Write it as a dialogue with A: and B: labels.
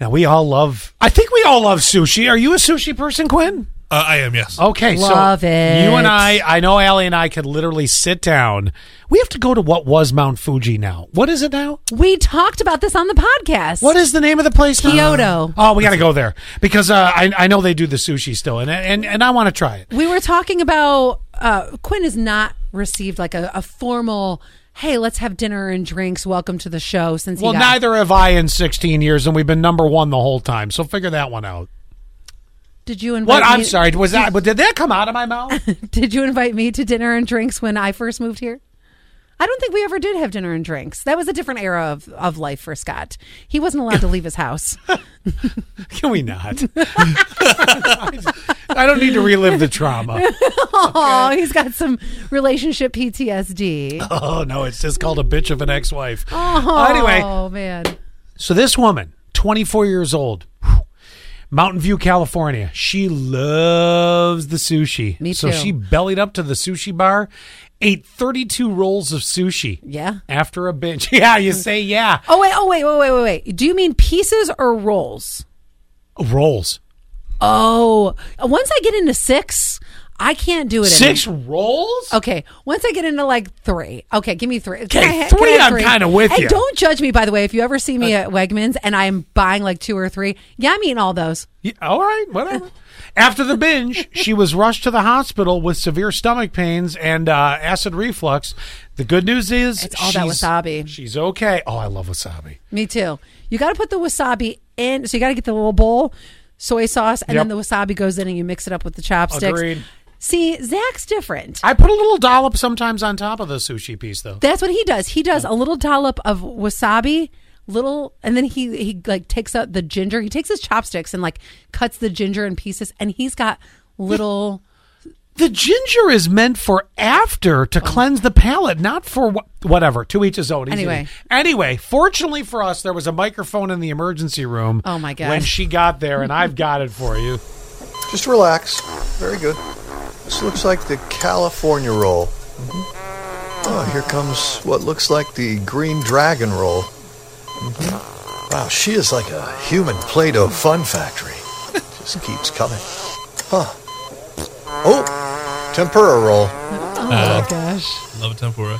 A: Now we all love. I think we all love sushi. Are you a sushi person, Quinn?
B: Uh, I am, yes.
A: Okay,
C: Love
A: so
C: it.
A: you and I. I know Allie and I could literally sit down. We have to go to what was Mount Fuji now. What is it now?
C: We talked about this on the podcast.
A: What is the name of the place? now?
C: Kyoto.
A: Oh, we got to go there because uh, I I know they do the sushi still, and and and I want to try it.
C: we were talking about uh, Quinn has not received like a, a formal, hey, let's have dinner and drinks. Welcome to the show since
A: Well,
C: he got
A: neither have I in 16 years, and we've been number one the whole time. So figure that one out.
C: Did you
A: What?
C: invite
A: I'm
C: me-
A: sorry. Was that? Did that come out of my mouth?
C: Did you invite me to dinner and drinks when I first moved here? I don't think we ever did have dinner and drinks. That was a different era of, of life for Scott. He wasn't allowed to leave his house.
A: Can we not? I don't need to relive the trauma.
C: Oh, he's got some relationship PTSD.
A: Oh no, it's just called a bitch of an ex-wife.
C: Oh,
A: Anyway,
C: man.
A: so this woman, 24 years old, whew, Mountain View, California. She loves the sushi.
C: Me
A: So
C: too.
A: she bellied up to the sushi bar, ate 32 rolls of sushi.
C: Yeah.
A: After a binge. Yeah, you say yeah.
C: Oh wait, oh wait, wait, wait, wait, wait. Do you mean pieces or rolls?
A: Rolls.
C: Oh, once I get into six, I can't do it. anymore.
A: Six rolls?
C: Okay. Once I get into like three. Okay, give me three. Can I
A: Okay,
C: ha- can I
A: three,
C: have
A: I'm kinda with Uh,
C: Hey,
A: you.
C: don't judge me, by the way. If you ever see me at Wegmans and I'm buying like two or three, yeah, I'm eating all those.
A: Yeah, all right, whatever. After the binge, she was rushed to the hospital with severe stomach pains and uh, acid reflux. The good news is
C: It's all that
A: she's-
C: wasabi.
A: She's okay. Oh, I love wasabi.
C: Me too. You got to put the wasabi in. So you got to get the little bowl, soy sauce, and then
A: Yep.
C: the wasabi goes in and you mix it up with the chopsticks.
A: Agreed.
C: See, Zach's different.
A: I put a little dollop sometimes on top of the sushi piece, though.
C: That's what he does. He does a little dollop of wasabi, little, and then he he like takes out the ginger. He takes his chopsticks and like cuts the ginger in pieces, and he's got little.
A: The ginger is meant for after
C: Oh.
A: to cleanse the palate, not for wh- whatever. To each his own. He's
C: Anyway.
A: eating. anyway, fortunately for us, there was a microphone in the emergency room.
C: Oh, my God.
A: When she got there, and I've got it for you.
D: Just relax. Very good. This looks like the California roll. hmm Oh, here comes what looks like the green dragon roll. hmm Wow, she is like a human Play Doh fun factory. Just keeps coming. Huh. Oh, tempura roll.
C: Oh my gosh!
B: Love tempura.